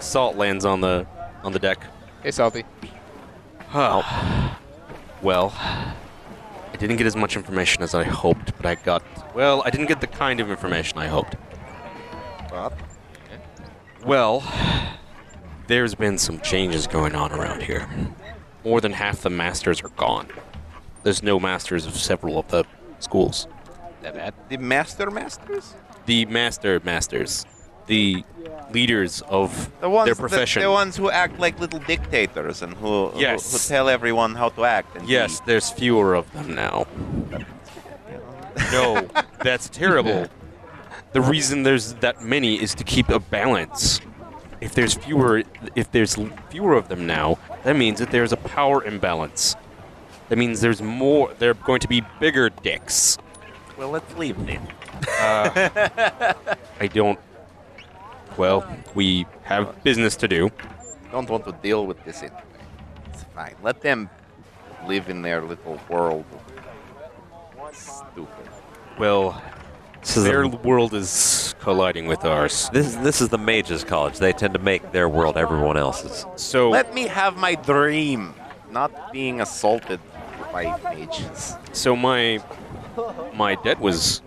S3: salt lands on the on the deck.
S2: Hey, Salty.
S3: Well, I didn't get as much information as I hoped, but I got well, I didn't get the kind of information I hoped. Well, there's been some changes going on around here. More than half the masters are gone. There's no masters of several of the schools.
S2: That bad?
S5: The master masters,
S3: The master masters, the leaders of
S5: the ones,
S3: their
S5: that-
S3: profession.
S5: the ones who act like little dictators and who who- who,
S3: Yes.
S5: tell everyone how to act. And
S3: Yes,
S5: be.
S3: there's fewer of them now. no, that's terrible. The reason there's that many is to keep a balance. if there's fewer if there's l- fewer of them now, that means that there's a power imbalance. That means there's more. They're going to be bigger dicks.
S5: Well, let's leave it.
S3: I don't. Well, we have business to do.
S5: Don't want to deal with this anyway. It's fine. Let them live in their little world. Stupid.
S3: Well,
S6: *laughs* This is,
S3: their
S6: the,
S3: world is colliding with ours.
S6: this, is- this is the mages' college. They tend to make their world everyone else's.
S3: So
S5: Let me have my dream. Not being assaulted by mages. *laughs*
S3: so my my debt was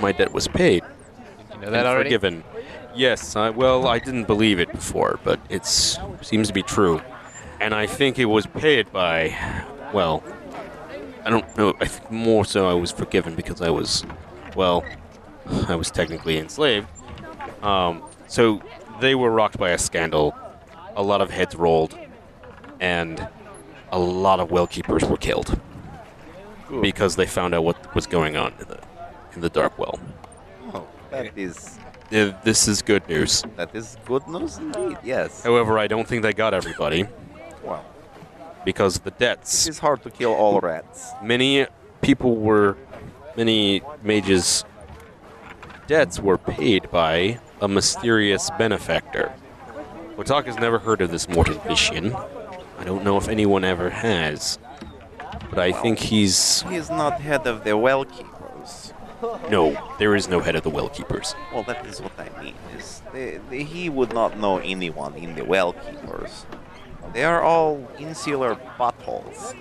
S3: my debt was paid
S2: You know that
S3: and
S2: already?
S3: forgiven. Yes, I, well, I didn't believe it before, but it seems to be true, and I think it was paid by, well, I don't know. I think more so, I was forgiven because I was, well, I was technically enslaved. Um, so they were rocked by a scandal. A lot of heads rolled, and a lot of well keepers were killed because they found out what was going on in the in the dark well.
S5: That is
S3: Th- This is good news.
S5: that is good news indeed. Yes.
S3: However, I don't think they got everybody
S5: Well,
S3: because of the
S5: it
S3: debts.
S5: is hard to kill all rats.
S3: Many people were, many mages' debts were paid by a mysterious benefactor. Watak has never heard of this Morton Vishian. I don't know if anyone ever has, but I think he's
S5: He is not head of the well keepers.
S3: no. There is no head of the well keepers.
S5: Well, that is what I mean. Is the, the, he would not know anyone in the well keepers. They are all insular buttholes.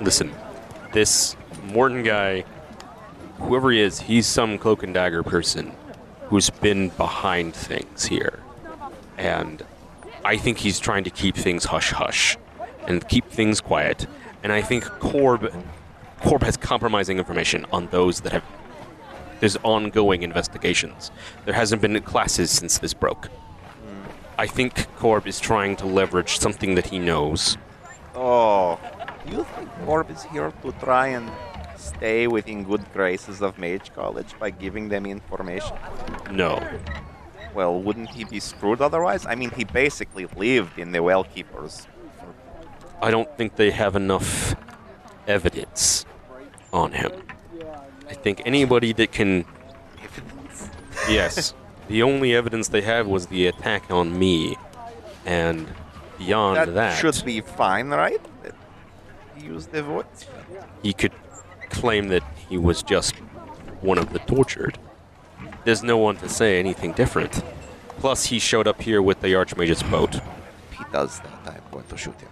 S3: Listen, this Morton guy, whoever he is, he's some cloak and dagger person who's been behind things here. And I think he's trying to keep things hush hush and keep things quiet. And I think Corb Corb has compromising information on those that have there's ongoing investigations. There hasn't been classes since this broke. I think Corb is trying to leverage something that he knows
S5: Oh, you think Orb is here to try and stay within good graces of Mage College by giving them information?
S3: No.
S5: Well, wouldn't he be screwed otherwise? I mean, he basically lived in the well keepers.
S3: I don't think they have enough evidence on him. I think anybody that can. *laughs* Yes. the only evidence they have was the attack on me. And beyond that,
S5: That, should be fine, right? Use the voice.
S3: he could claim that he was just one of the tortured. There's no one to say anything different. Plus, he showed up here with the Archmage's boat.
S5: If he does that, I'm going to shoot him.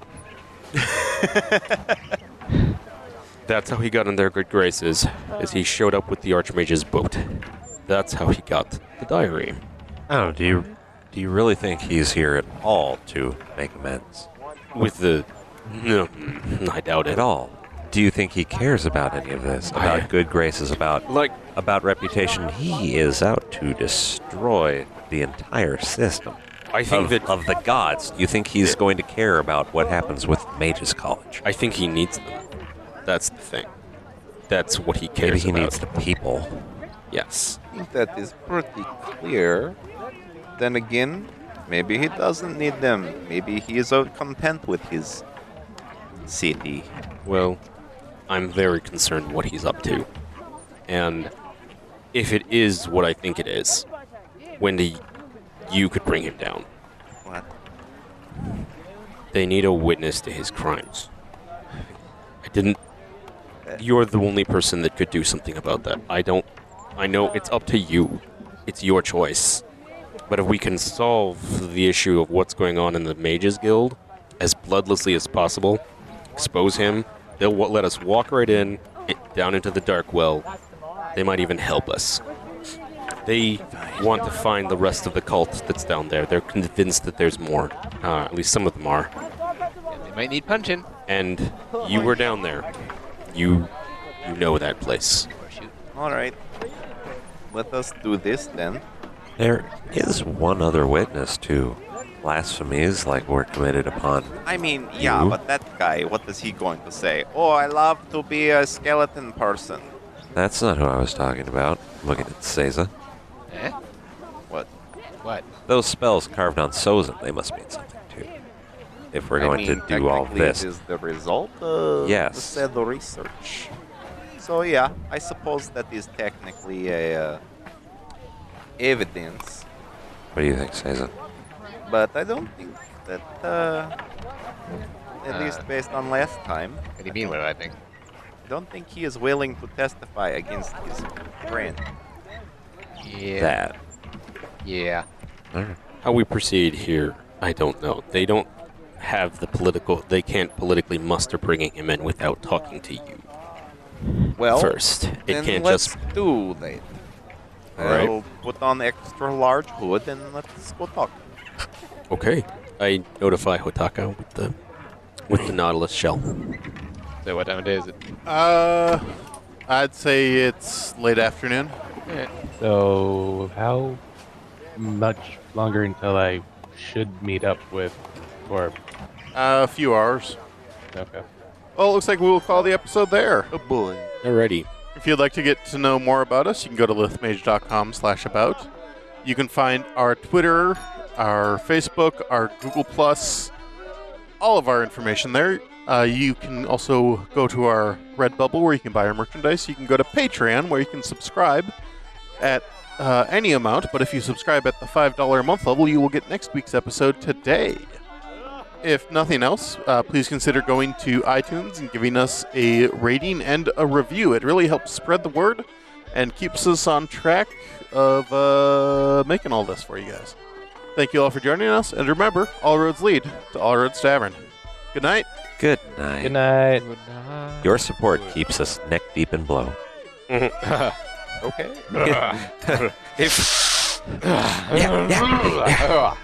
S3: That's how he got in their good graces, is he showed up with the Archmage's boat. That's how he got the diary.
S6: Oh, do you do you really think he's here at all to make amends
S3: with the no mm, i doubt it
S6: at all? Do you think he cares about any of this? About
S3: I-
S6: good graces? About
S3: like
S6: about reputation? He is out to destroy the entire system
S3: i think
S6: of,
S3: that
S6: of the gods. You think he's going to care about what happens with Mages College?
S3: i think he needs them that's the thing that's what he cares
S6: Maybe he
S3: about
S6: needs the people.
S3: yes
S5: I think that is pretty clear. Then again, maybe he doesn't need them. Maybe he is uh, content with his city.
S3: well i'm very concerned what he's up to and if it is what i think it is wendy you could bring him down
S5: What?
S3: they need a witness to his crimes i didn't you're the only person that could do something about that i don't i know it's up to you it's your choice but if we can solve the issue of what's going on in the mages guild as bloodlessly as possible expose him they'll wa- let us walk right in i- down into the dark well they might even help us they want to find the rest of the cult that's down there they're convinced that there's more uh, at least some of them are
S2: They might need punching.
S3: and you were down there. You you know that place.
S2: Or shoot.
S5: All right. Let us do this then.
S6: There is one other witness to blasphemies like were committed upon.
S5: I mean, yeah,
S6: You?
S5: but that guy, what is he going to say? Oh, I love to be a skeleton person.
S6: That's not who I was talking about. I'm looking at Seiza.
S2: Eh? What?
S6: Those spells carved on Sozin, they must mean something too. If we're
S5: I
S6: going
S5: mean,
S6: to do all
S5: technically it
S6: this.
S5: is the result of the
S6: Yes.
S5: said research. So yeah, I suppose that is technically a uh, evidence,
S6: What do you think, Sazin?
S5: but I don't think that, uh, at
S2: Uh.
S5: least based on last time,
S2: What do you mean? What do I think?
S5: I don't think he is willing to testify against his friend.
S2: Yeah.
S6: That.
S2: Yeah.
S3: How we proceed here, I don't know. They don't have the political. They can't politically muster bringing him in without talking to you
S5: Well,
S3: first. It
S5: then
S3: can't
S5: let's
S3: just.
S5: do that.
S3: Alright.
S5: I'll put on extra large hood and let's go talk.
S3: Okay. I notify Hotaka with the with the Nautilus shell.
S2: So what time of day is it?
S1: Uh, I'd say it's late afternoon.
S7: So, how much longer until I should meet up with Orb?
S1: Uh, a few hours.
S7: Okay.
S1: Well, it looks like we will call the episode there.
S5: Oh boy.
S3: Alrighty.
S1: If you'd like to get to know more about us, you can go to lithmage.com slash about. You can find our Twitter, our Facebook, our Google Plus, all of our information there. Uh, you can also go to our Redbubble where you can buy our merchandise. You can go to Patreon where you can subscribe at uh, any amount, but if you subscribe at the $5 a month level, you will get next week's episode today. If nothing else, uh, please consider going to iTunes and giving us a rating and a review. It really helps spread the word and keeps us on track of uh, making all this for you guys. Thank you all for joining us, and remember, all roads lead to All Roads Tavern. Good night.
S6: Good night.
S7: Good night.
S6: Your support keeps us neck deep in blow.
S5: Okay.
S3: *laughs*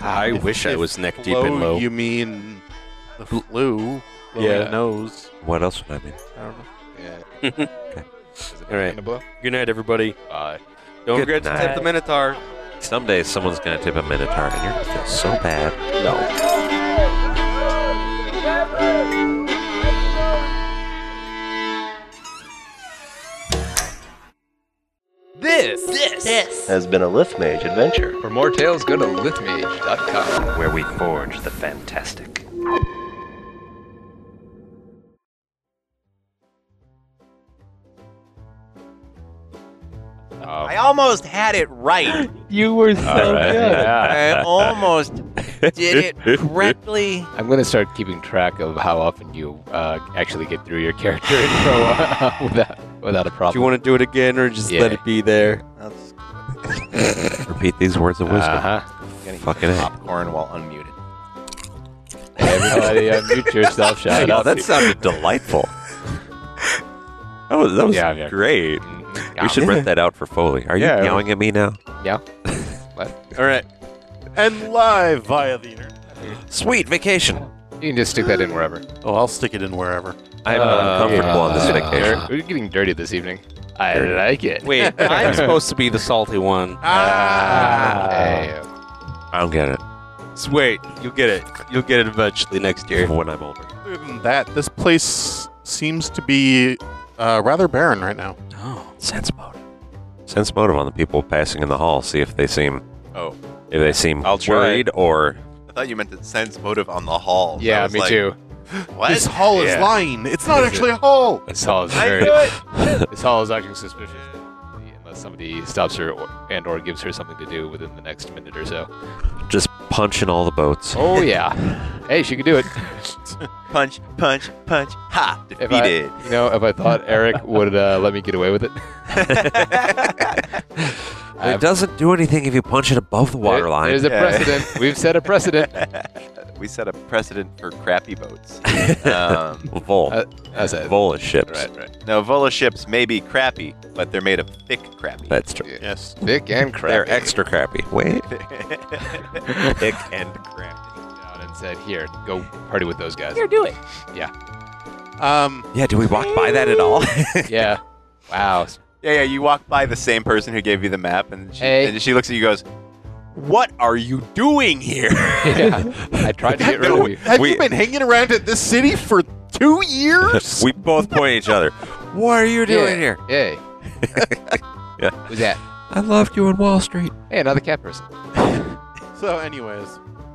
S3: I wish I was neck deep in
S1: Flo,
S3: low.
S1: You mean the flu?
S3: Yeah.
S1: Blowy nose.
S6: What else would I mean?
S1: I don't know.
S2: Yeah. Is it
S3: All right.
S2: gonna blow?
S3: Good night, everybody. Uh,
S2: Bye.
S3: Don't
S6: Good
S3: forget to
S6: night.
S3: tip the Minotaur.
S6: Someday someone's going to tip a Minotaur, and you're going to feel so bad. No.
S2: This,
S8: has been a Lift Mage adventure.
S2: For more tales, go to lithmage.com.
S8: where we forge the fantastic.
S5: I almost had it right.
S7: You were so good.
S5: I almost did
S2: *laughs*
S5: it correctly.
S2: I'm gonna start keeping track of how often you uh, actually get through your character *laughs* intro uh, without without a problem.
S9: Do you want to do it again or just let
S2: Yeah.
S9: it be there?
S5: That's
S6: Repeat these words
S3: Uh,
S6: of wisdom.
S2: Uh-huh.
S5: gonna eat
S6: Fucking A.
S3: *laughs*
S5: popcorn while unmuted.
S2: Everybody, unmute yourself. Shout
S6: Wow,
S2: out.
S6: that sounded delightful.
S3: *laughs*
S6: That was, that was
S2: Yeah, yeah.
S6: great.
S2: Mhm.
S6: We should rent that out for Foley. Are you
S2: Yeah.
S6: yelling at me now?
S9: All right.
S1: And live via the internet.
S6: Sweet vacation.
S2: You can just stick that in wherever. Uh,
S1: Oh, I'll stick it in wherever.
S6: I'm Uh,
S3: Uh,
S6: uncomfortable on this vacation.
S2: We're getting dirty this evening. I like it.
S6: *laughs*
S3: Wait,
S2: I'm
S3: supposed to be the salty one.
S1: Ah!
S2: Hey,
S6: I don't get it.
S9: So wait, you'll get it. You'll get it eventually next year.
S6: When I'm older.
S1: Other than that, this place seems to be uh, rather barren right now.
S6: Oh, sense motive. Sense motive on the people passing in the hall. See if they seem.
S9: Oh.
S6: If they seem
S9: I'll try.
S6: worried or
S5: I thought you meant to sense motive on the hall. I
S2: yeah,
S5: was
S2: me
S5: like,
S2: too.
S5: What?
S1: This hall is
S2: Yeah.
S1: lying. It's not
S2: Is
S1: actually a hall.
S2: This hall is very. *laughs* this hall is acting suspicious. Unless somebody stops her or, and or gives her something to do within the next minute or so.
S6: just punching all the boats.
S2: Oh yeah. hey, she could do *laughs* it.
S5: *laughs* punch, punch, punch. Ha!
S2: If I,
S5: Defeated.
S2: you know, if I thought Eric would uh, let me get away with *laughs* it,
S6: It doesn't do anything if you punch it above the water
S2: There-
S6: line.
S2: There's a
S5: Yeah.
S2: precedent. We've set a precedent. *laughs*
S5: we set a precedent for crappy boats. um,
S6: Vol.
S2: Uh, That's it.
S6: Vol is ships.
S2: Right, right.
S5: no, Vola ships may be crappy, but they're made of thick crappy. *laughs*
S6: That's true.
S1: Yes.
S2: Thick and
S6: They're
S2: crappy.
S6: extra crappy. Wait. *laughs*
S5: thick and crappy.
S2: Down and said, "Here, go party with those guys."
S1: Um,
S6: Yeah, do we walk by that at all? *laughs*
S2: yeah. Wow. *laughs*
S5: Yeah, yeah. You walk by the same person who gave you the map, and she,
S2: Hey.
S5: and she looks at you, and goes, "What are you doing here?"
S2: Yeah. I tried to get
S6: *laughs*
S2: rid of you.
S1: have
S6: We-
S1: you been hanging around at this city for two years?
S6: *laughs* we both point at each other. What are you doing here? *laughs*
S2: Yay.
S6: Yeah.
S2: Who's that?
S6: I loved you on Wall Street.
S2: Hey, another cat person.
S1: So, anyways,